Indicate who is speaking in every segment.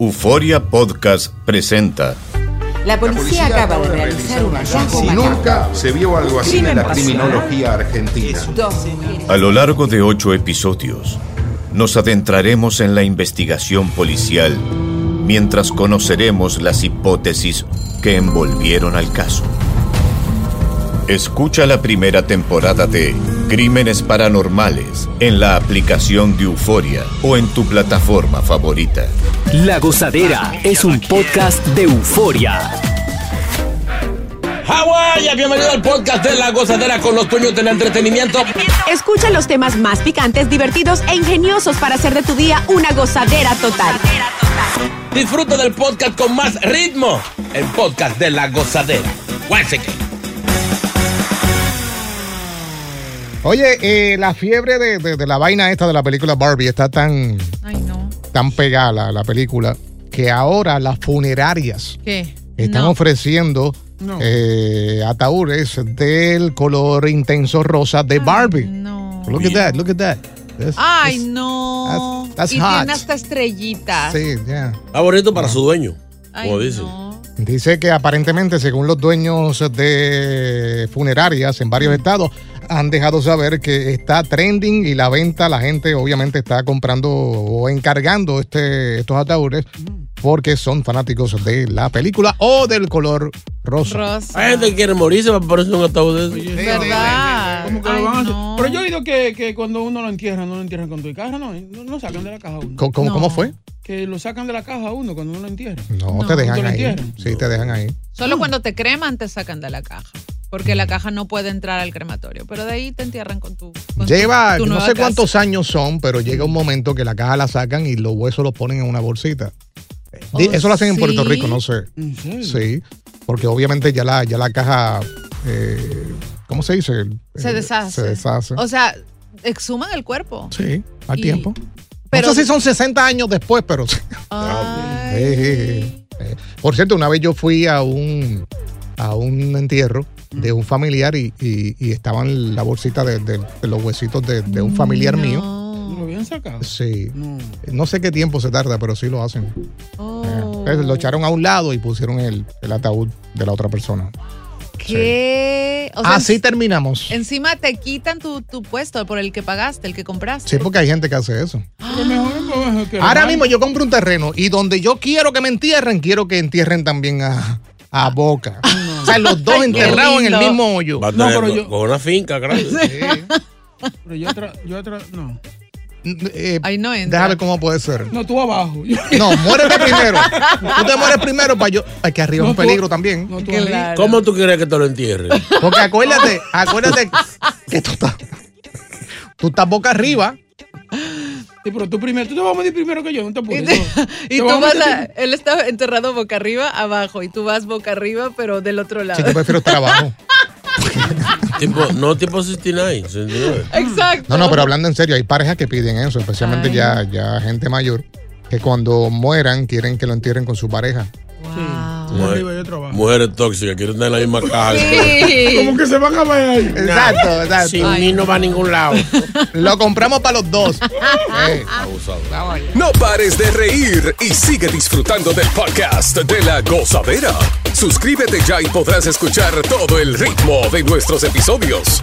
Speaker 1: Euforia Podcast presenta
Speaker 2: La policía, acaba de realizar un hallazgo
Speaker 3: Si
Speaker 2: macabro.
Speaker 3: nunca se vio algo así en la criminología argentina.
Speaker 2: Dos mujeres
Speaker 1: a lo largo de ocho episodios. Nos adentraremos en la investigación policial mientras conoceremos las hipótesis que envolvieron al caso. Escucha la primera temporada de Crímenes Paranormales en la aplicación de Euforia o en tu plataforma favorita.
Speaker 4: La Gozadera es un podcast de euforia.
Speaker 5: Hawái, bienvenido al podcast de La Gozadera con los puños del entretenimiento.
Speaker 6: Escucha los temas más picantes, divertidos e ingeniosos para hacer de tu día una gozadera total.
Speaker 5: Disfruta del podcast con más ritmo. El podcast de La Gozadera. Guáchate.
Speaker 7: Oye, eh, la fiebre de, de- de la vaina esta de la película Barbie está tan,
Speaker 8: Ay, no.
Speaker 7: tan pegada la, la película que ahora las funerarias
Speaker 8: ¿Qué?
Speaker 7: están
Speaker 8: No.
Speaker 7: ofreciendo
Speaker 8: No.
Speaker 7: eh, ataúdes del color intenso rosa de Barbie.
Speaker 8: No.
Speaker 7: Look at that, look at that. That's-
Speaker 8: Ay,
Speaker 7: that's-
Speaker 8: no.
Speaker 7: That's- that's
Speaker 8: y
Speaker 7: hot.
Speaker 8: tiene hasta estrellitas.
Speaker 7: Sí, yeah.
Speaker 5: Está bonito para su dueño.
Speaker 8: Ay,
Speaker 5: como dice.
Speaker 8: no.
Speaker 7: Dice que aparentemente, según los dueños de funerarias en
Speaker 8: Mm.
Speaker 7: varios estados, han dejado saber que está trending y la venta, la gente obviamente está comprando o encargando este, estos ataúdes
Speaker 8: Mm.
Speaker 7: porque son fanáticos de la película o del color rosa.
Speaker 8: Rosa.
Speaker 5: Hay gente que quiere morirse para ponerse un ataúd de eso.
Speaker 8: ¿Verdad? Ay, no.
Speaker 9: Pero yo he oído que, que cuando uno lo entierra, no lo entierran con tu caja, no, no lo sacan de la caja a uno.
Speaker 7: ¿Cómo, cómo-
Speaker 8: No.
Speaker 7: cómo fue?
Speaker 9: Que lo sacan de la caja a uno cuando uno lo entierra.
Speaker 7: No,
Speaker 8: No,
Speaker 7: te dejan
Speaker 9: ¿te lo
Speaker 7: ahí.
Speaker 9: entierran?
Speaker 7: Sí, te dejan ahí.
Speaker 8: Solo cuando te creman te sacan de la caja. Porque la caja no puede entrar al crematorio. Pero de ahí te entierran con tu. con tu-
Speaker 7: Lleva,
Speaker 8: tu
Speaker 7: no
Speaker 8: nueva
Speaker 7: sé
Speaker 8: casa.
Speaker 7: cuántos años son, pero llega un momento que la caja la sacan y los huesos los ponen en una bolsita. Di-
Speaker 8: Oh,
Speaker 7: Eso lo hacen en Puerto
Speaker 8: ¿sí? Mm.
Speaker 7: Rico, no sé.
Speaker 9: ¿En serio?
Speaker 7: Sí, porque obviamente ya la, ya la caja, eh, ¿cómo se dice?
Speaker 8: Se
Speaker 7: Eh,
Speaker 8: deshace.
Speaker 7: Se deshace.
Speaker 8: O sea, exhuman el cuerpo.
Speaker 7: sí, al
Speaker 8: y-
Speaker 7: tiempo.
Speaker 8: pero-
Speaker 7: no sé si son 60 años después, pero... sí.
Speaker 8: Ay.
Speaker 7: Eh, eh. Por cierto, una vez yo fui a un, a un entierro de un familiar y, y- y estaban la bolsita de, de- de los huesitos de, de un familiar
Speaker 8: No.
Speaker 7: mío.
Speaker 9: ¿Lo habían sacado?
Speaker 7: Sí.
Speaker 9: No.
Speaker 7: No sé qué tiempo se tarda, pero sí lo hacen.
Speaker 8: Mm. Oh.
Speaker 7: Eh, entonces Lo echaron a un lado y pusieron el, el ataúd de la otra persona.
Speaker 8: ¿Qué? O sea,
Speaker 7: Así terminamos.
Speaker 8: Encima te quitan tu, tu puesto por el que pagaste, el que compraste.
Speaker 7: Sí, porque hay gente que hace eso.
Speaker 9: Lo mejor es que- que lo
Speaker 7: Ahora
Speaker 9: hagan.
Speaker 7: mismo yo compro un terreno y donde yo quiero que me entierren, quiero que entierren también a, a Boca. O sea, los dos
Speaker 8: qué
Speaker 7: enterrados en el
Speaker 8: lindo.
Speaker 7: mismo hoyo.
Speaker 5: Va a
Speaker 9: No,
Speaker 5: tener
Speaker 9: pero
Speaker 5: con-
Speaker 9: yo-
Speaker 5: con una finca grande.
Speaker 7: Sí.
Speaker 9: Pero yo otra, yo otra, no.
Speaker 7: Eh,
Speaker 8: Ahí no entra.
Speaker 7: déjame ver cómo puede ser.
Speaker 9: No, tú abajo. Yo-
Speaker 7: No, muérete primero. Tú te mueres primero para yo. Aquí arriba es
Speaker 9: No,
Speaker 7: un
Speaker 9: tú-
Speaker 7: peligro también.
Speaker 9: No, tú
Speaker 8: Claro.
Speaker 5: ¿Cómo tú quieres que te lo entierren?
Speaker 7: Porque acuérdate, acuérdate que tú estás, tú estás boca arriba.
Speaker 9: arriba. Sí, pero tú primero, tú te vas a morir primero que yo, no te
Speaker 8: Y,
Speaker 7: Este-
Speaker 9: apures.
Speaker 8: te-
Speaker 9: Te
Speaker 8: y tú
Speaker 9: vas a
Speaker 8: vas
Speaker 9: morir
Speaker 8: a, él está enterrado boca arriba, abajo, y tú vas boca arriba, pero del otro
Speaker 7: Sí,
Speaker 8: lado.
Speaker 7: yo prefiero estar abajo.
Speaker 5: tipo, no tipo 69, 69.
Speaker 8: Exacto.
Speaker 7: No, no, pero hablando en serio, hay parejas que piden eso, especialmente
Speaker 8: Ay.
Speaker 7: ya, ya gente mayor, que cuando mueran quieren que lo entierren con su pareja.
Speaker 8: Wow.
Speaker 9: Uno arriba y otro abajo.
Speaker 5: Mujeres tóxicas, quieren tener la misma caja.
Speaker 8: Sí.
Speaker 9: ¿Cómo que se van a ver ahí?
Speaker 7: Exacto, exacto.
Speaker 5: Sin mí no va a ningún lado.
Speaker 7: Lo compramos para los dos. Eh,
Speaker 3: No pares de reír y sigue disfrutando del podcast de la gozadera. Suscríbete ya y podrás escuchar todo el ritmo de nuestros episodios.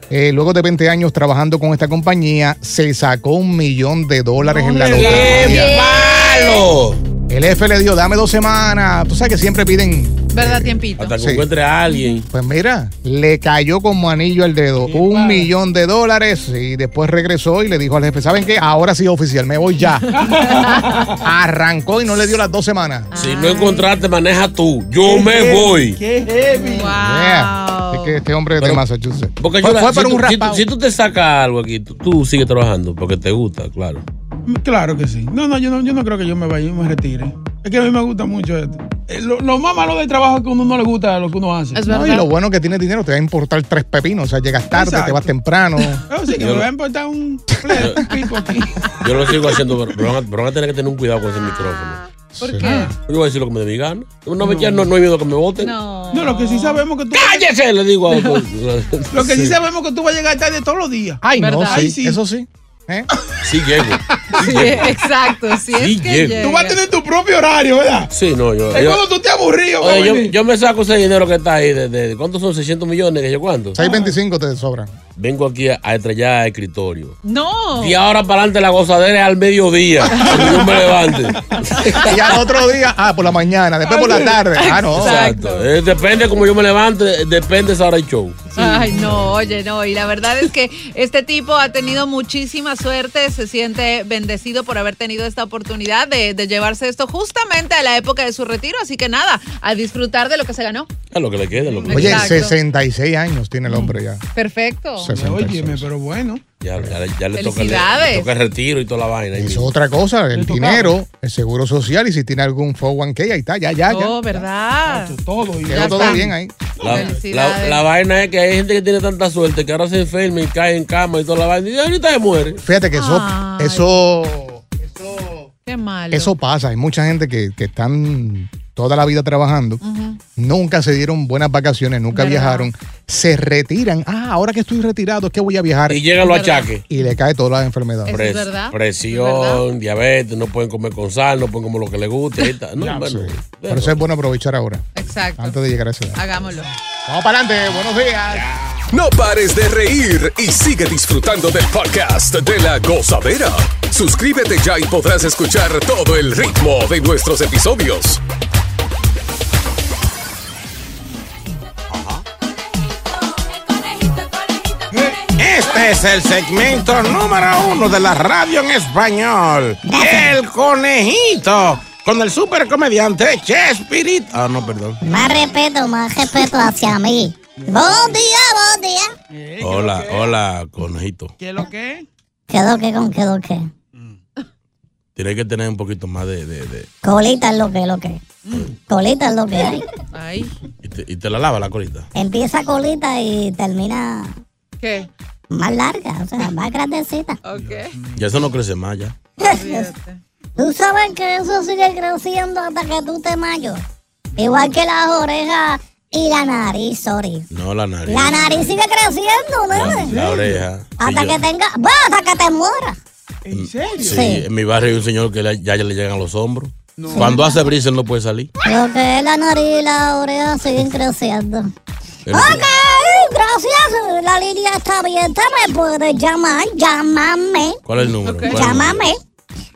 Speaker 7: eh, luego de 20 años trabajando con esta compañía, se sacó un millón de dólares en la
Speaker 5: ¡Qué
Speaker 7: lotería.
Speaker 5: malo!
Speaker 7: El jefe le dijo, dame dos semanas. Tú sabes que siempre piden
Speaker 8: ¿Verdad, tiempito?
Speaker 5: Hasta que encuentre a alguien.
Speaker 7: pues mira, le cayó como anillo al dedo. un millón de dólares y después regresó y le dijo al jefe, ¿saben qué? Ahora sí, oficial, me voy ya. Arrancó y no le dio las dos semanas.
Speaker 5: Si no encontraste, maneja tú. Yo me voy.
Speaker 7: ¡Qué heavy! Así que este hombre es de Massachusetts.
Speaker 5: Porque
Speaker 7: fue,
Speaker 5: yo la-
Speaker 7: fue
Speaker 5: si
Speaker 7: para
Speaker 5: tú-
Speaker 7: un
Speaker 5: si tú-
Speaker 7: raspado.
Speaker 5: Si, tú te sacas algo aquí, tú, tú sigues trabajando porque te gusta, claro.
Speaker 9: Claro que sí. No, no, yo no, yo no creo que yo me vaya y me retire. Es que a mí me gusta mucho esto. Eh, Lo, lo más malo del trabajo es que uno no le gusta lo que uno hace.
Speaker 7: No, y lo bueno que tiene dinero, te va a importar tres pepinos. O sea, llegas tarde, te vas temprano.
Speaker 9: Pero sí que me va a importar un ple- un pico aquí.
Speaker 5: Yo lo sigo haciendo, pero, pero van a- pero van a tener que tener un cuidado con ese micrófono.
Speaker 9: ¿Por qué?
Speaker 5: Yo voy a decir lo que me dé mi gana. No, me- ya no, no hay miedo que me voten.
Speaker 9: No, lo que sí sabemos que tú.
Speaker 5: ¡Cállese! Le digo a otro.
Speaker 9: Lo que sí. sabemos que tú vas a llegar tarde todos los días.
Speaker 7: Ay,
Speaker 5: no, sí,
Speaker 7: eso sí. ¿Eh?
Speaker 5: Sí llego.
Speaker 9: Sí,
Speaker 5: Sí llego.
Speaker 9: exacto, sí
Speaker 5: Sí llego.
Speaker 9: Tú vas a tener tu propio horario, ¿verdad?
Speaker 5: Sí, no, yo.
Speaker 9: Es
Speaker 5: yo-
Speaker 9: cuando tú te aburrido,
Speaker 5: Oye, yo,
Speaker 9: Benny.
Speaker 5: yo me saco ese dinero que está ahí. De, de- ¿Cuántos son? ¿600 millones? ¿Que yo cuánto?
Speaker 7: 6.25 te sobran.
Speaker 5: Vengo aquí a, a estrellar el escritorio.
Speaker 8: No.
Speaker 5: Y ahora para adelante la gozadera es al mediodía. cuando yo me levante.
Speaker 7: Y al otro día, ah, por la mañana, después por la tarde. Ah, no.
Speaker 5: Exacto. Eh, depende como yo me levante, eh, depende esa hora del show.
Speaker 8: Ay, no, oye, no. Y la verdad es que este tipo ha tenido muchísima suerte, se siente bendecido por haber tenido esta oportunidad de, de llevarse esto justamente a la época de su retiro. Así que nada, a disfrutar de lo que se ganó.
Speaker 5: Es lo que le quede, lo que
Speaker 7: Oye,
Speaker 8: Exacto.
Speaker 7: 66 años tiene el hombre ya.
Speaker 8: Perfecto.
Speaker 9: Óyeme, pero bueno.
Speaker 5: Ya, ya, ya le toca
Speaker 8: Felicidades.
Speaker 5: le toca el retiro y toda la vaina. ahí
Speaker 7: Eso
Speaker 5: mismo.
Speaker 7: es otra cosa, el dinero, el seguro social y si tiene algún 401k, ahí está, ya, ya, ya.
Speaker 8: Oh, ¿verdad?
Speaker 9: Todo,
Speaker 7: Quedó todo bien ahí.
Speaker 5: La, la,
Speaker 8: Felicidades.
Speaker 5: la vaina es que hay gente que tiene tanta suerte que ahora se enferma y cae en cama y toda la vaina. Y ahorita se muere.
Speaker 7: Fíjate que eso, eso,
Speaker 8: Qué malo.
Speaker 7: eso pasa. Hay mucha gente que, que están toda la vida trabajando, nunca se dieron buenas vacaciones, nunca
Speaker 5: ¿Verdad?
Speaker 7: viajaron, se retiran. Ah, ahora que estoy retirado es que voy a viajar.
Speaker 5: Y llegan los ¿Verdad? achaques.
Speaker 7: Y le cae todas las enfermedades.
Speaker 5: Pres- Presión, diabetes, no pueden comer con sal, no pueden comer lo que les guste. ahí está. No, bueno,
Speaker 7: Por eso es bueno aprovechar ahora,
Speaker 8: Exacto.
Speaker 7: antes de llegar a esa edad.
Speaker 8: Hagámoslo.
Speaker 7: Vamos para adelante, buenos días.
Speaker 3: No pares de reír y sigue disfrutando del podcast de la gozadera. Suscríbete ya y podrás escuchar todo el ritmo de nuestros episodios.
Speaker 10: Este es el segmento número uno de la radio en español. El conejito. Con el super comediante Chespirito. Ah, no, perdón.
Speaker 11: Más respeto, más respeto hacia mí. Buen día, buen día.
Speaker 5: Hola, hola, conejito.
Speaker 11: Quedó que con quedó que.
Speaker 5: Tienes que tener un poquito más de. de- de-
Speaker 11: Colita es lo que, lo que. Colita es lo que hay.
Speaker 5: y, te, y te la lava la colita.
Speaker 11: Empieza colita y termina
Speaker 8: ¿Qué?
Speaker 11: más larga, o sea, más grandecita.
Speaker 5: Ya eso no crece más, ya.
Speaker 11: Tú sabes que eso sigue creciendo hasta que tú te mayo. Igual que las orejas Y la nariz, sorry.
Speaker 5: No, la nariz.
Speaker 11: La nariz sigue creciendo, nene.
Speaker 5: La oreja.
Speaker 11: Hasta
Speaker 5: Sí,
Speaker 11: que
Speaker 5: yo-
Speaker 11: tenga. Va, hasta que te muera.
Speaker 9: ¿En
Speaker 5: Sí,
Speaker 9: serio?
Speaker 5: en mi barrio hay un señor que le- ya le llegan los hombros. Cuando hace brisa él no puede salir.
Speaker 11: Lo que es la nariz y la oreja siguen creciendo.
Speaker 5: Él-
Speaker 11: Ok, gracias. La línea está abierta. Me puedes llamar. Llámame.
Speaker 5: ¿Cuál es el número? ¿Cuál es el número?
Speaker 11: Llámame.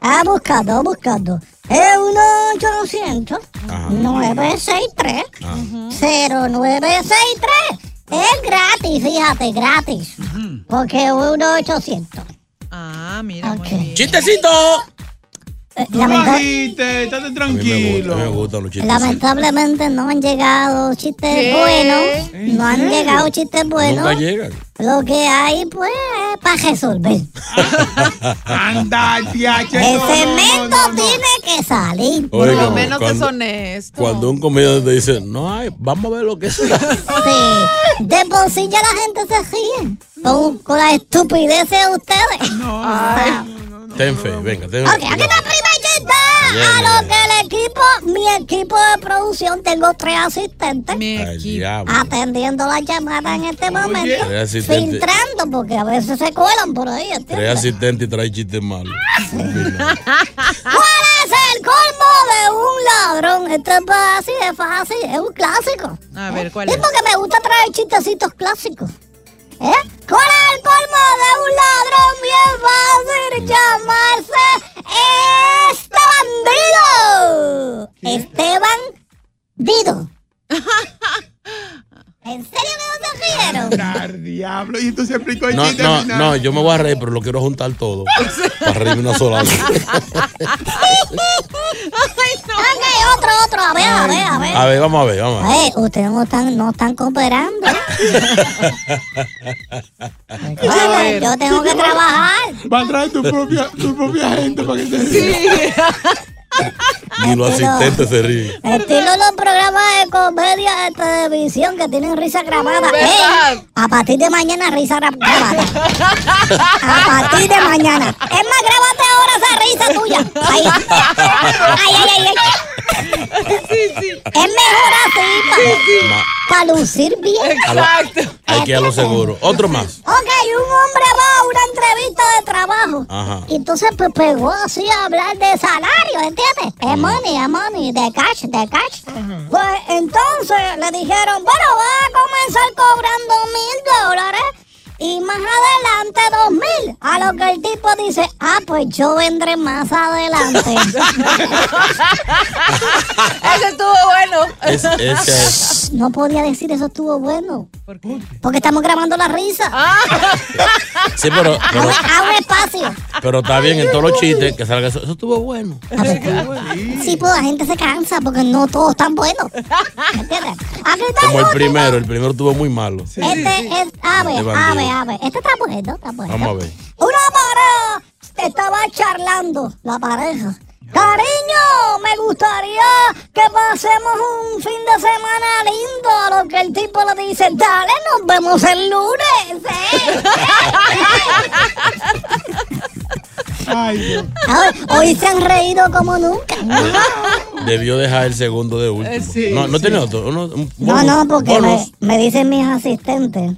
Speaker 11: Ah, buscando, buscando. Es 1-800. 963 0963 es gratis, fíjate, gratis. Porque es 1-800.
Speaker 8: Ah, mira.
Speaker 5: ¡Chistecito!
Speaker 9: No
Speaker 11: Eh, lamenta-
Speaker 9: bajiste, estate tranquilo. me
Speaker 5: gustan los
Speaker 11: Lamentablemente no han llegado chistes
Speaker 9: ¿Qué?
Speaker 11: buenos. No han
Speaker 9: serio?
Speaker 11: llegado chistes buenos.
Speaker 5: Nunca llegan.
Speaker 11: Lo que hay, pues, es para resolver.
Speaker 9: Anda, el piache.
Speaker 11: El
Speaker 9: no, no,
Speaker 11: cemento tiene que salir.
Speaker 5: Oiga,
Speaker 8: Por lo menos que
Speaker 5: cuando-
Speaker 8: son honesto.
Speaker 5: Cuando un comediante te dice, no hay, vamos a ver lo que es.
Speaker 11: Sí. De por sí ya la gente se ríe. Con, con la estupidez de ustedes. Ay.
Speaker 5: ten fe, venga, ten
Speaker 11: Ok,
Speaker 5: fe.
Speaker 11: aquí está la prima Yelda.
Speaker 5: Bien,
Speaker 11: A lo que el equipo, mi equipo de producción, tengo tres asistentes.
Speaker 5: Ay, diablo.
Speaker 11: Ah, Atendiendo las llamadas en este momento.
Speaker 5: Tres asistentes.
Speaker 11: Filtrando, porque a veces se cuelan por ahí. ¿entiendes?
Speaker 5: Tres asistentes y trae chistes malos.
Speaker 11: ¿Cuál es el colmo de un ladrón? Esto es así, es fácil, es un clásico.
Speaker 8: A ver, ¿cuál
Speaker 11: Es
Speaker 8: es?
Speaker 11: porque me gusta traer chistecitos clásicos. ¿Eh? ¿Cuál es el colmo de un ladrón? Bien fácil llamarse este bandido. Esteban Dido. ¿En serio que no se rieron?
Speaker 9: Al diablo. Y tú se explicó el
Speaker 5: No,
Speaker 9: chiste
Speaker 5: no,
Speaker 9: al final.
Speaker 5: no, yo me voy a reír, pero lo quiero juntar todo. Para reírme una sola vez.
Speaker 11: Ok, otro, otro. A ver, a ver, a ver.
Speaker 5: A ver, vamos a ver, vamos a ver.
Speaker 11: Ay, ustedes no están, no están cooperando. Bueno, yo tengo que trabajar.
Speaker 9: Va a traer tu propia, tu propia gente para que te
Speaker 5: Ni los asistentes se ríen.
Speaker 11: Estilo los programas de comedia de televisión que tienen risa grabada.
Speaker 8: ¿Verdad?
Speaker 11: Ey, a partir de mañana risa gra- grabada. A partir de mañana. Es más, grábate ahora esa risa tuya. Ahí. Ay, ay, ay, ay. Es mejor así para lucir bien.
Speaker 5: A la- Hay que ir a lo seguro. Otro más.
Speaker 11: Ok, un hombre va a una entrevista de trabajo.
Speaker 5: Ajá.
Speaker 11: Y entonces pues, pegó así a hablar de salario, ¿entiendes? Es money, es money, de cash, de cash. Pues entonces le dijeron, bueno, va a comenzar cobrando mil dólares y más adelante dos mil. A lo que el tipo dice, ah, pues yo vendré más adelante.
Speaker 8: Ese estuvo bueno.
Speaker 5: Es- ese es.
Speaker 11: No podía decir eso estuvo bueno. Porque estamos grabando la risa.
Speaker 5: Sí, pero, pero,
Speaker 11: Abre espacio.
Speaker 5: pero está bien en todos los chistes que salga eso. Eso estuvo bueno.
Speaker 11: Sí, pues la gente se cansa porque no todos están buenos. ¿Entiendes? Aquí está
Speaker 5: Como
Speaker 11: el
Speaker 5: el
Speaker 11: otro.
Speaker 5: primero, el primero estuvo muy malo.
Speaker 11: Este es ave,
Speaker 5: De bandido.
Speaker 11: ave, ave. Este está bueno, está bueno.
Speaker 5: Vamos a ver.
Speaker 11: Una pareja te estaba charlando, la pareja. Cariño, me gustaría que pasemos un fin de semana lindo. A lo que el tipo le dice, dale, nos vemos el lunes. ¿eh?".
Speaker 9: Ay,
Speaker 11: Ay, Hoy se han reído como nunca.
Speaker 5: Debió dejar el segundo de último.
Speaker 11: Eh, sí,
Speaker 5: no, no
Speaker 11: sí.
Speaker 5: tenía otro. uno- un-
Speaker 11: No, no, porque me,
Speaker 5: bonus.
Speaker 11: me dicen mis asistentes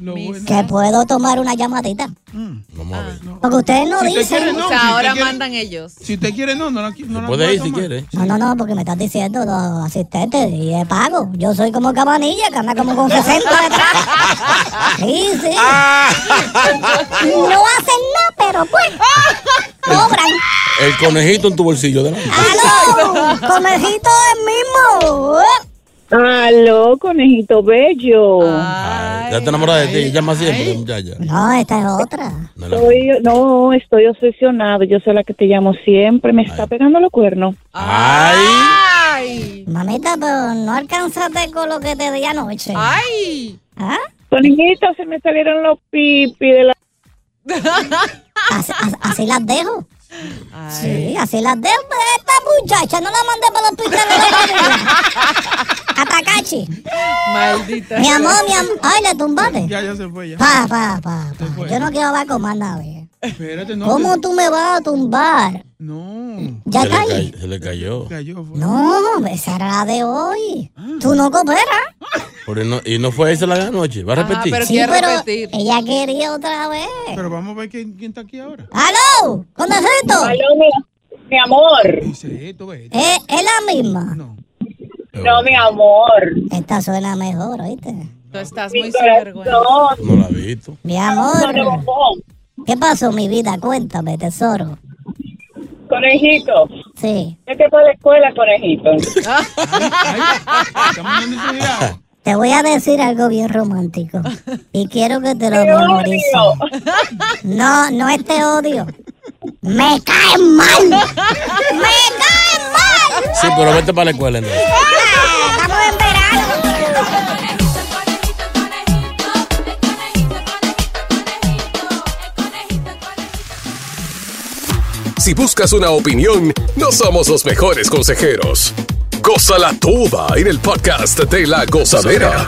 Speaker 11: que puedo tomar una llamadita.
Speaker 5: Vamos a ver.
Speaker 11: Porque ustedes no
Speaker 9: Si usted
Speaker 11: dicen.
Speaker 9: quiere, no. Si
Speaker 8: O sea,
Speaker 9: usted
Speaker 8: ahora
Speaker 9: quiere-
Speaker 8: mandan ellos.
Speaker 9: Si usted quiere, no, no la, qui- no la
Speaker 5: Puede ir
Speaker 9: puedo
Speaker 5: si
Speaker 9: tomar.
Speaker 5: quiere.
Speaker 11: No, no, no, porque me estás diciendo los asistentes y es pago. Yo soy como cabanilla que anda como con 60 detrás. Sí, sí. No hacen nada, pero pues. Cobran.
Speaker 5: El conejito en tu bolsillo delante.
Speaker 11: ¡Aló! ¡Conejito es mismo!
Speaker 12: Aló, conejito bello.
Speaker 5: Ya te enamoras de ti, llama siempre, muchacha.
Speaker 11: No, esta es otra.
Speaker 12: Estoy- no, estoy obsesionado. Yo soy la que te llamo siempre. Me está pegando los cuernos.
Speaker 8: ¡Ay!
Speaker 11: Mamita, pero no alcanzaste con lo que te di anoche.
Speaker 8: ¡Ay!
Speaker 11: ¿Ah?
Speaker 12: Conejito, se me salieron los pipi de la.
Speaker 11: Así, as- así las dejo. Sí, así las dejo. Esta muchacha no la mandé para el hospital de la barriga. Atacachi.
Speaker 8: Maldita.
Speaker 11: Mi amor, mi amor. Ay, le tumbaste.
Speaker 9: Ya, ya se fue, ya.
Speaker 11: Pa, pa, pa, pa. Yo no quiero hablar con más nadie.
Speaker 9: Espérate, no.
Speaker 11: ¿Cómo tú me vas a tumbar
Speaker 9: No.
Speaker 11: Ya
Speaker 5: se,
Speaker 11: está
Speaker 5: le
Speaker 11: ahí.
Speaker 5: ca- se le cayó.
Speaker 11: No, esa era la de hoy. Tú no cooperas.
Speaker 5: Pero no- y no fue esa la de anoche.
Speaker 11: Ah,
Speaker 5: Va a repetir.
Speaker 11: Sí, ella quería otra vez.
Speaker 9: Pero vamos a ver quién, quién está aquí ahora.
Speaker 11: ¡Aló! ¿Cómo es esto?
Speaker 9: Aló,
Speaker 12: mi, amor.
Speaker 11: ¿Es, Eh, es la misma?
Speaker 12: No, mi amor.
Speaker 11: Esta suena mejor, ¿oíste?
Speaker 8: Tú estás muy sinvergüenza.
Speaker 5: No la he visto.
Speaker 11: Mi
Speaker 12: Ah,
Speaker 11: amor. ¿Qué pasó, mi vida? Cuéntame, tesoro.
Speaker 12: Conejito.
Speaker 11: Sí.
Speaker 12: ¿Qué te fue a la escuela, conejito?
Speaker 11: Te voy a decir algo bien romántico. Y quiero que te lo
Speaker 12: Te odio.
Speaker 11: memorices. No, no es te odio. Me cae mal. Me cae mal.
Speaker 5: Sí, pero vete para la escuela. entonces.
Speaker 11: Estamos en verano.
Speaker 3: Si buscas una opinión, no somos los mejores consejeros. Cosa la tuba en el podcast de la gozadera.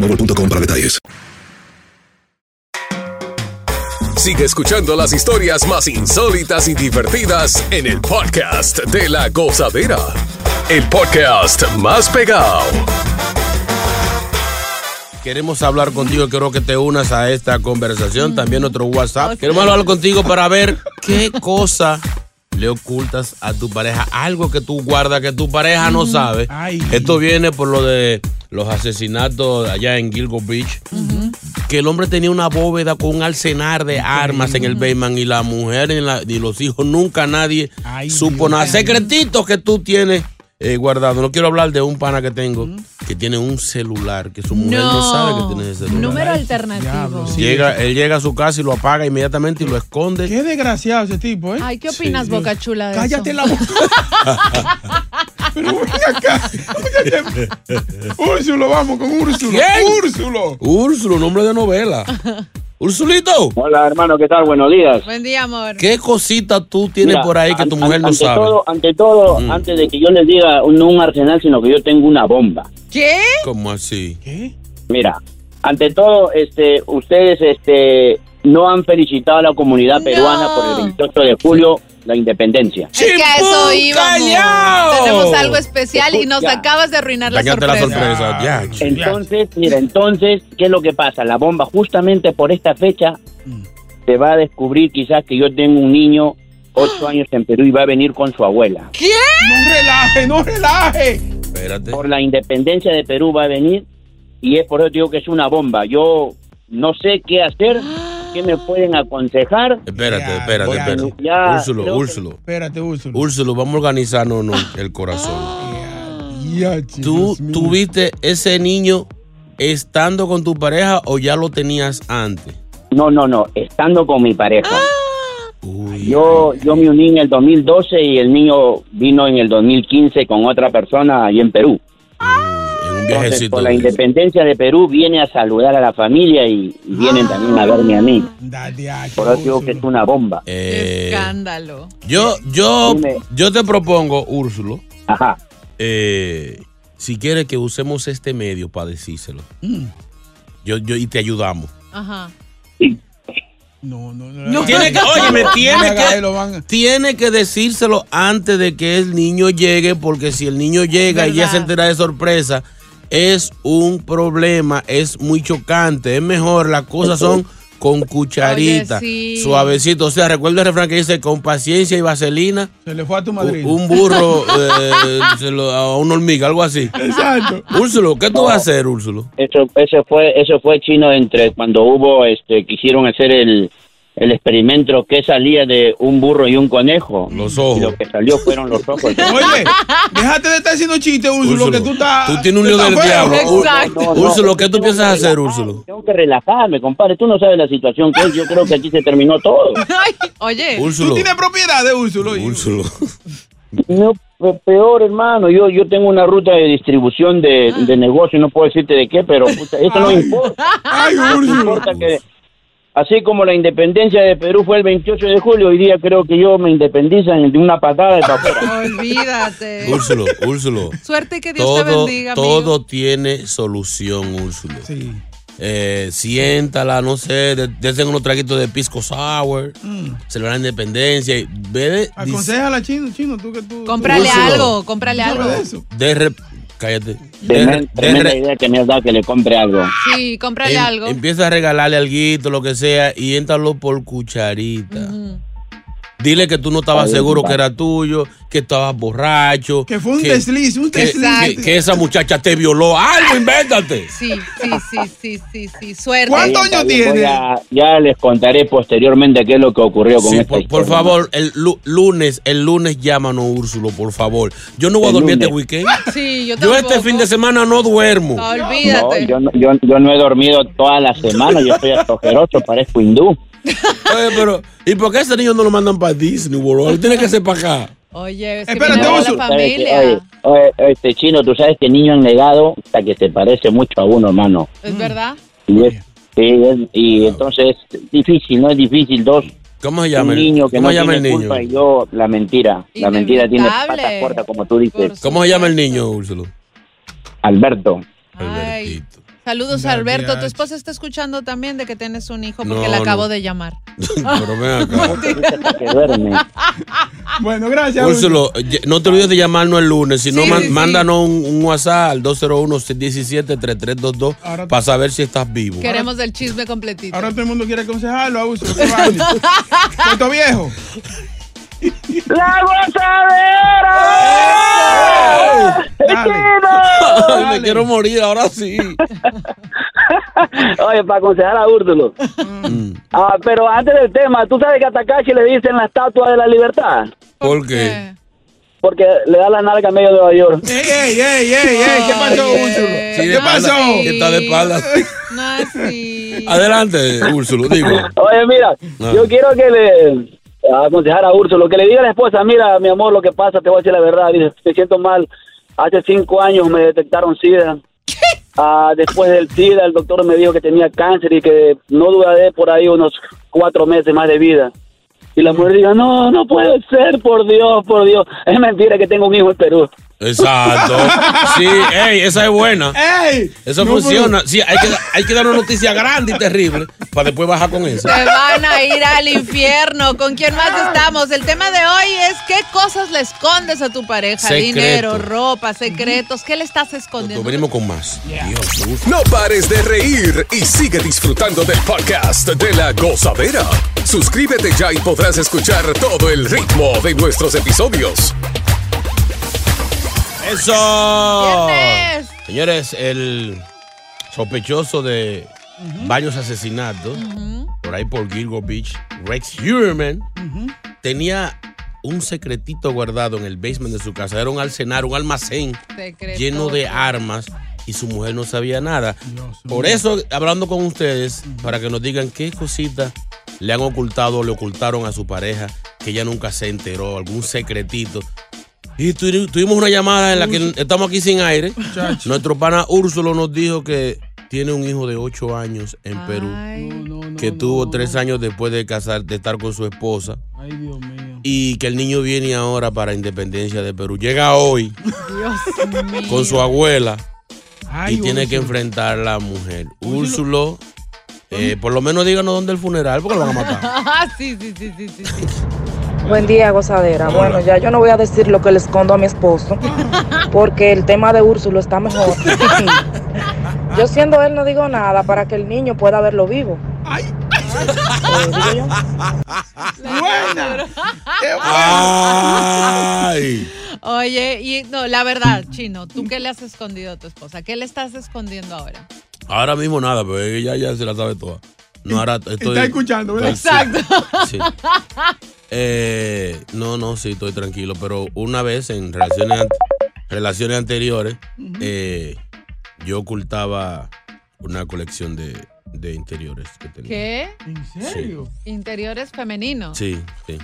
Speaker 13: para detalles.
Speaker 3: Sigue escuchando las historias más insólitas y divertidas en el podcast de la gozadera. El podcast más pegado.
Speaker 5: Queremos hablar contigo, quiero que te unas a esta conversación, también otro WhatsApp. Queremos hablar contigo para ver qué cosa le ocultas a tu pareja, algo que tú guardas que tu pareja no sabe. Esto viene por lo de los asesinatos allá en Gilgo Beach, que el hombre tenía una bóveda con un alcenar de armas en el basement y la mujer y, la- y los hijos, nunca nadie supo nada. Secretitos que tú tienes. eh, guardado, no quiero hablar de un pana que tengo que tiene un celular que su mujer no,
Speaker 8: No.
Speaker 5: sabe que tiene ese celular.
Speaker 8: Número alternativo.
Speaker 5: Llega, él llega a su casa y lo apaga inmediatamente y lo esconde.
Speaker 9: Qué desgraciado ese tipo, ¿eh?
Speaker 8: Ay, ¿qué opinas, Boca Chula? De
Speaker 9: Cállate
Speaker 8: eso?
Speaker 9: la boca. Pero ven acá. Úrsulo, vamos con Úrsulo. Úrsulo.
Speaker 5: Úrsulo, nombre de novela. Ursulito.
Speaker 14: Hola, hermano, ¿qué tal? Buenos días.
Speaker 8: Buen día, amor.
Speaker 5: ¿Qué cosita tú tienes
Speaker 14: Mira,
Speaker 5: por ahí que
Speaker 14: an-
Speaker 5: tu
Speaker 14: an-
Speaker 5: mujer no
Speaker 14: ante
Speaker 5: sabe? Mm.
Speaker 14: Todo, ante todo, antes de que yo les diga un- no un arsenal, sino que yo tengo una bomba.
Speaker 8: ¿Qué?
Speaker 5: ¿Cómo así?
Speaker 14: Mira, ante todo, este, ustedes este, no han felicitado a la comunidad peruana por el 28 de julio, la independencia.
Speaker 8: Es que a eso íbamos.
Speaker 14: callao!
Speaker 8: Tenemos algo especial y nos acabas de arruinar la sorpresa.
Speaker 14: Entonces, mira, entonces, ¿qué es lo que pasa? La bomba, justamente por esta fecha, se va a descubrir quizás que yo tengo un niño, ocho años en Perú, y va a venir con su abuela.
Speaker 9: ¿Qué? No relaje, no relaje.
Speaker 14: por la independencia de Perú va a venir y es por eso digo que es una bomba. Yo no sé qué hacer, qué me pueden aconsejar.
Speaker 5: Espérate, espérate, espérate.
Speaker 14: Ya,
Speaker 5: Úrsulo,
Speaker 14: creo que-
Speaker 5: Úrsulo.
Speaker 9: Espérate, Úrsulo.
Speaker 5: Úrsulo, vamos a organizarnos no, el corazón. ¿Tú tuviste ese niño estando con tu pareja o ya lo tenías antes?
Speaker 14: No, no, no, estando con mi pareja. Yo, yo me uní en el 2012 y el niño vino en el 2015 con otra persona ahí en Perú. Entonces, por la independencia de Perú viene a saludar a la familia y, y vienen también a verme a mí.
Speaker 9: ah,
Speaker 14: Por eso
Speaker 5: Oh,
Speaker 14: digo que es una bomba.
Speaker 8: Escándalo.
Speaker 5: Eh, Yo, yo, yo te propongo, Úrsulo. eh, si quieres que usemos este medio para decírselo.
Speaker 14: Mm.
Speaker 5: Yo, yo, y te ayudamos.
Speaker 8: Ajá.
Speaker 5: Tiene que, oye, me tiene
Speaker 9: Lo van
Speaker 5: que, tiene que decírselo antes de que el niño llegue, porque si el niño llega y ya se entera de sorpresa, es un problema, es muy chocante. Es mejor, las cosas son con cucharita,
Speaker 9: Oye, sí.
Speaker 5: suavecito. O sea, recuerda el refrán que dice, con paciencia y vaselina,
Speaker 9: Se le fue a tu madrina.
Speaker 5: un burro eh, se lo- a una hormiga, algo así.
Speaker 9: Exacto.
Speaker 5: Úrsulo, ¿qué tú vas a hacer, Úrsulo?
Speaker 14: Eso, eso fue, eso fue chino entre cuando hubo, este, quisieron hacer el, el experimento que salía de un burro y un conejo. Los ojos. Y lo que salió fueron los ojos.
Speaker 9: Oye, déjate de estar haciendo chistes, Úrsulo, que tú estás.
Speaker 5: Tú tienes un lío
Speaker 9: tú
Speaker 5: del
Speaker 9: estás feo.
Speaker 5: diablo. Ú- Úrsulo, ¿qué tú piensas hacer, Úrsulo?
Speaker 14: Tengo que relajarme, compadre. Tú no sabes la situación que es. Yo creo que aquí se terminó todo.
Speaker 8: Oye,
Speaker 14: Úrsulo.
Speaker 9: tú tienes propiedad de Úrsulo.
Speaker 5: Úrsulo.
Speaker 14: No, pe- peor, hermano. Yo, yo tengo una ruta de distribución de, de negocio. No puedo decirte de qué, pero puta, eso no importa. No importa que- así como la independencia de Perú fue el 28 de julio, hoy día creo que yo me independizan de una patada de papel.
Speaker 8: olvídate.
Speaker 5: Úrsulo, Úrsulo.
Speaker 8: Suerte que Dios te
Speaker 5: Todo,
Speaker 8: bendiga, amigo.
Speaker 5: todo tiene solución, Úrsulo. Eh, siéntala, no sé, de- desen unos traguitos de pisco sour,
Speaker 9: Mm.
Speaker 5: celebrar la independencia y bebe.
Speaker 9: Ah, Aconsejala, chino, chino, tú que tú.
Speaker 8: Cómprale
Speaker 5: Úrsulo.
Speaker 8: algo, cómprale algo.
Speaker 5: De re- cállate. De
Speaker 14: Tremenda,
Speaker 5: re- de
Speaker 14: tremenda
Speaker 5: re-
Speaker 14: idea que me has dado que le compre algo.
Speaker 8: Sí, cómprale
Speaker 5: em-
Speaker 8: algo.
Speaker 5: Empieza a regalarle alguito, lo que sea, y éntalo por cucharita. Dile que tú no estabas
Speaker 9: Ahí
Speaker 5: seguro
Speaker 9: está.
Speaker 5: que era tuyo, que estabas borracho.
Speaker 9: Que fue un desliz, un
Speaker 5: que-
Speaker 9: desliz.
Speaker 5: Que, que esa muchacha te violó. ¡Algo, invéntate!
Speaker 8: Sí, sí, sí, sí, sí, sí. Suerte.
Speaker 14: Está bien, voy a- ya les contaré posteriormente qué es lo que ocurrió con
Speaker 5: Sí,
Speaker 14: esta
Speaker 5: por, por
Speaker 14: historia.
Speaker 5: favor, el lu- lunes, el lunes llámanos, Úrsulo, por favor. Yo no voy a
Speaker 14: El
Speaker 5: dormir
Speaker 14: lunes.
Speaker 5: este weekend.
Speaker 8: Sí, yo Ah.
Speaker 5: Yo este fin de semana no duermo.
Speaker 14: No, yo, no, yo, yo no he dormido toda la semana. Yo estoy atojeroso, parezco hindú.
Speaker 5: Oye, pero, ¿y por qué a ese niño no lo mandan para Disney World? Él tiene que ser para acá.
Speaker 8: Oye, es que
Speaker 14: Espérate,
Speaker 8: viene toda la
Speaker 14: Oso. Sabes que,
Speaker 8: familia.
Speaker 14: oye, oye, este chino, tú sabes que niño han negado hasta que se parece mucho a uno, hermano.
Speaker 8: ¿Es verdad?
Speaker 14: Y, es- y es- y entonces es difícil, no es difícil. Dos,
Speaker 5: ¿Cómo se llama
Speaker 14: un
Speaker 5: el-
Speaker 14: niño que
Speaker 5: cómo
Speaker 14: no
Speaker 5: se llama
Speaker 14: tiene
Speaker 5: el niño?
Speaker 14: culpa y yo, la mentira. La mentira tiene
Speaker 8: Inevitable.
Speaker 14: patas cortas, como tú dices.
Speaker 5: ¿Cómo se llama el niño, Úrsulo?
Speaker 14: Alberto.
Speaker 8: Ay. Saludos,
Speaker 5: Gracias.
Speaker 8: Alberto. Tu esposa está escuchando también de que tienes un hijo porque
Speaker 5: No,
Speaker 8: la acabo
Speaker 5: no.
Speaker 8: de llamar.
Speaker 5: Pero ven acá.
Speaker 9: Ah. Bueno, gracias.
Speaker 5: Úrsulo, ye- no te olvides de llamarnos el lunes, sino
Speaker 9: Sí,
Speaker 5: man-
Speaker 9: sí, sí.
Speaker 5: mándanos un, un WhatsApp al 201-617-3322 para saber si estás vivo.
Speaker 8: Queremos el chisme completito.
Speaker 9: Ahora todo el mundo quiere aconsejarlo a Úrsulo. que vaya. Puerto Viejo.
Speaker 15: ¡La gozadera!
Speaker 5: Ay, me quiero morir, ahora sí.
Speaker 15: Oye, para aconsejar a Úrdulo.
Speaker 5: Mm.
Speaker 15: Ah, pero antes del tema, ¿tú sabes que a Takashi le dicen la estatua de la libertad?
Speaker 5: ¿Por qué?
Speaker 15: Porque le da la nalga a medio de Nueva York.
Speaker 9: ¡Ey, ey, ey, ey! ey ¿Qué pasó, Úrsulo? ¿Qué pasó?
Speaker 5: Que está de espaldas. Adelante, Úrsulo, digo.
Speaker 15: Oye, mira,
Speaker 5: Ah.
Speaker 15: yo quiero que le ah, aconsejar a Úrsulo, que le diga a la esposa, mira, mi amor, lo que pasa, te voy a decir la verdad, dice, me siento mal, hace cinco años me detectaron SIDA. Ah, después del SIDA, el doctor me dijo que tenía cáncer y que no duraré por ahí unos cuatro meses más de vida. Y la mujer diga, no, no puede ser, por Dios, por Dios. Es mentira que tengo un hijo en Perú.
Speaker 5: Exacto. Sí, ey, esa es buena.
Speaker 9: ¡Ey!
Speaker 5: Eso
Speaker 9: No,
Speaker 5: funciona. Sí, hay que, hay que dar una noticia grande y terrible para después bajar con eso.
Speaker 8: Se van a ir al infierno. ¿Con quién más
Speaker 14: Ah.
Speaker 8: estamos? El tema de hoy es qué cosas le escondes a tu pareja.
Speaker 5: Secreto.
Speaker 8: Dinero, ropa, secretos. ¿Qué le estás escondiendo?
Speaker 5: Venimos con más.
Speaker 3: No pares de reír y sigue disfrutando del podcast de la gozadera. Suscríbete ya y podrás escuchar todo el ritmo de nuestros episodios.
Speaker 5: Eso. Señores, el sospechoso de varios asesinatos por ahí por Gilgo Beach, Rex Huerman, tenía un secretito guardado en el basement de su casa. Era un arsenal, un almacén
Speaker 8: Secretos.
Speaker 5: lleno de armas y su mujer no sabía nada. Por eso, hablando con ustedes, para que nos digan qué cositas le han ocultado o le ocultaron a su pareja que ella nunca se enteró, algún secretito. Y tu- tuvimos una llamada en la que estamos aquí sin aire.
Speaker 9: Muchacho.
Speaker 5: Nuestro pana Úrsulo nos dijo que tiene un hijo de 8 años en Perú, que tuvo 3 años después de casar, de estar con su esposa.
Speaker 9: Ay, Dios mío.
Speaker 5: Y que el niño viene ahora para Independencia de Perú. Llega hoy
Speaker 9: Dios mío.
Speaker 5: con su abuela
Speaker 9: Ay,
Speaker 5: y tiene que
Speaker 9: Úrsulo.
Speaker 5: enfrentar a la mujer. Úrsulo, eh, por lo menos díganos dónde es el funeral, porque lo van a matar.
Speaker 8: sí, sí, sí, sí, sí. sí.
Speaker 16: Buen día, gozadera. Bueno, ya yo no voy a decir lo que le escondo a mi esposo, porque el tema de Úrsulo está mejor. yo siendo él no digo nada para que el niño pueda verlo vivo.
Speaker 9: Buena.
Speaker 5: Ay.
Speaker 8: Oye, y no, la verdad, Chino, ¿tú qué le has escondido a tu esposa? ¿Qué le estás escondiendo ahora?
Speaker 5: Ahora mismo nada, pero ella ya se la sabe toda. No, ahora estoy.
Speaker 9: Está escuchando, ¿verdad?
Speaker 5: estoy-
Speaker 8: Exacto.
Speaker 5: Sí. Eh, no, no, sí, estoy tranquilo, pero una vez en relaciones, an- relaciones anteriores, eh, yo ocultaba una colección de, de interiores que tenía.
Speaker 8: ¿Qué?
Speaker 9: ¿En
Speaker 5: serio?
Speaker 8: Interiores femeninos.
Speaker 5: Sí, sí,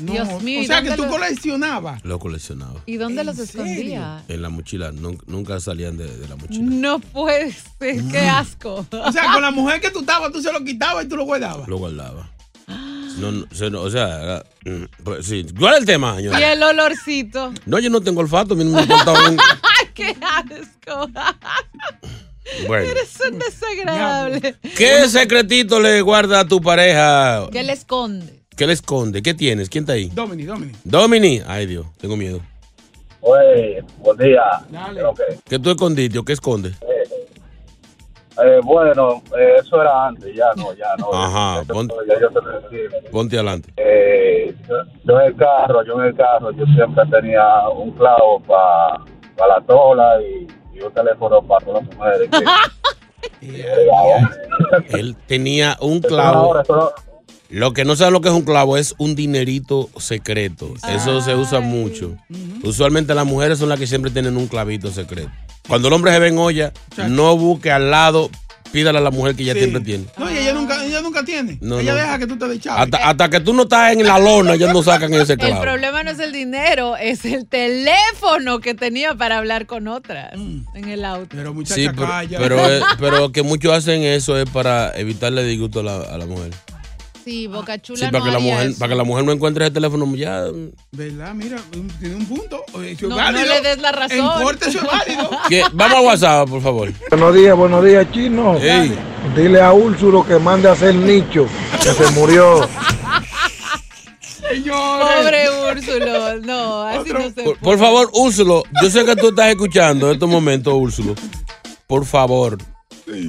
Speaker 8: Dios mío.
Speaker 9: O
Speaker 8: ¿y
Speaker 9: sea que
Speaker 8: dónde
Speaker 9: tú
Speaker 8: los-
Speaker 9: coleccionabas.
Speaker 5: lo coleccionaba.
Speaker 8: ¿Y dónde los escondía?
Speaker 5: En la mochila, nun- nunca salían de, de la mochila.
Speaker 8: No puedes, qué asco.
Speaker 9: O sea, con la mujer que tú estabas, tú se lo quitabas y tú lo guardabas.
Speaker 5: Lo guardaba.
Speaker 8: Ah.
Speaker 5: No, no, se- no, o sea, era- mm, pues, sí. ¿cuál es el tema, señora?
Speaker 8: Y el olorcito.
Speaker 5: No, yo no tengo olfato, a mí no me importaba un-
Speaker 8: ¡Qué asco!
Speaker 5: Bueno.
Speaker 8: Eres un desagradable.
Speaker 5: ¿Qué secretito le guarda a tu pareja?
Speaker 8: ¿Qué le esconde?
Speaker 5: ¿Qué le esconde? ¿Qué tienes? ¿Quién está ahí?
Speaker 9: Domini, Domini.
Speaker 5: Domini. Ay, Dios, tengo miedo.
Speaker 17: Oye, buen día. Creo que,
Speaker 5: ¿Qué tú escondiste o qué escondes?
Speaker 17: eh, bueno, eh, eso era antes, ya no, ya no.
Speaker 5: Ajá, pon-
Speaker 17: Ya yo te lo decía.
Speaker 5: ponte adelante.
Speaker 17: Eh, yo en el carro, yo en el carro, yo siempre tenía un clavo para la tola y, y un teléfono para todas las mujeres. que- que llegaban.
Speaker 5: Él tenía un
Speaker 17: Eso ahora,
Speaker 5: clavo.
Speaker 17: eso no-
Speaker 5: Lo que no sabe lo que es un clavo es un dinerito secreto.
Speaker 8: Ah.
Speaker 5: Eso se usa mucho. Usualmente las mujeres son las que siempre tienen un clavito secreto. Cuando el hombre se ve en olla, no busque al lado, pídale a la mujer que ella siempre tiene.
Speaker 9: No, y ella
Speaker 8: Ah.
Speaker 9: nunca, ella nunca tiene.
Speaker 5: No,
Speaker 9: ella
Speaker 5: no.
Speaker 9: deja que tú te dechaves.
Speaker 5: Hasta, hasta que tú no estás en la lona, ellos no sacan ese
Speaker 8: El
Speaker 5: clavo.
Speaker 8: problema no es el dinero, es el teléfono que tenía para hablar con otras en el auto.
Speaker 9: Pero muchacha,
Speaker 5: Sí, pero, pero, es- pero que muchos hacen eso es para evitarle disgusto a la, a la mujer.
Speaker 8: Sí, Boca Chula
Speaker 5: Sí,
Speaker 8: no
Speaker 5: para que, la
Speaker 8: haría
Speaker 5: mujer,
Speaker 8: eso.
Speaker 5: para que la mujer no encuentre ese teléfono ya.
Speaker 9: ¿Verdad? Mira, un- tiene un punto. Eh, eso es
Speaker 8: No,
Speaker 9: válido.
Speaker 8: no le des la razón.
Speaker 9: En corte eso es válido.
Speaker 5: Que- Vamos a WhatsApp, por favor.
Speaker 18: Buenos días, buenos días, chino.
Speaker 5: Ey.
Speaker 18: Dile a Úrsulo que mande a hacer nicho, que se murió.
Speaker 8: Pobre Úrsulo, no, así no se
Speaker 5: Por, por favor, Úrsulo, yo sé que tú estás escuchando en estos momentos, Úrsulo. Por favor,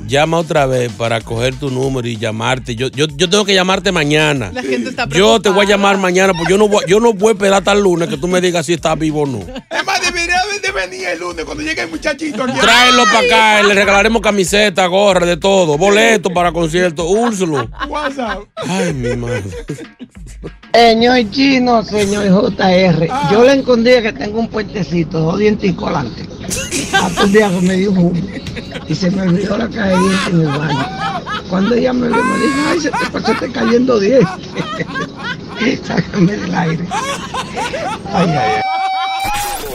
Speaker 5: llama otra vez para coger tu número y llamarte. Yo, yo, yo tengo que llamarte mañana.
Speaker 8: La gente está
Speaker 5: Yo te voy a llamar mañana porque yo no voy, yo no voy a esperar hasta el lunes que tú me digas si estás vivo o no.
Speaker 9: Es más, debería de venir el lunes cuando llegue el muchachito aquí.
Speaker 5: Tráelo para acá, le regalaremos camiseta, gorra, de todo, boleto para concierto. Úrsulo.
Speaker 9: WhatsApp.
Speaker 5: Ay, mi madre.
Speaker 19: Señor Chino, señor JR, yo le escondí que tengo un puentecito, dos dienticos adelante. Hace un día que me dio un humo y se me olvidó la caja de dientes en el baño. Cuando ella me vio, me dijo, ay, se te pasaste cayendo dientes. Sácame del aire. Ay, ay, ay.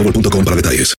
Speaker 13: para detalles.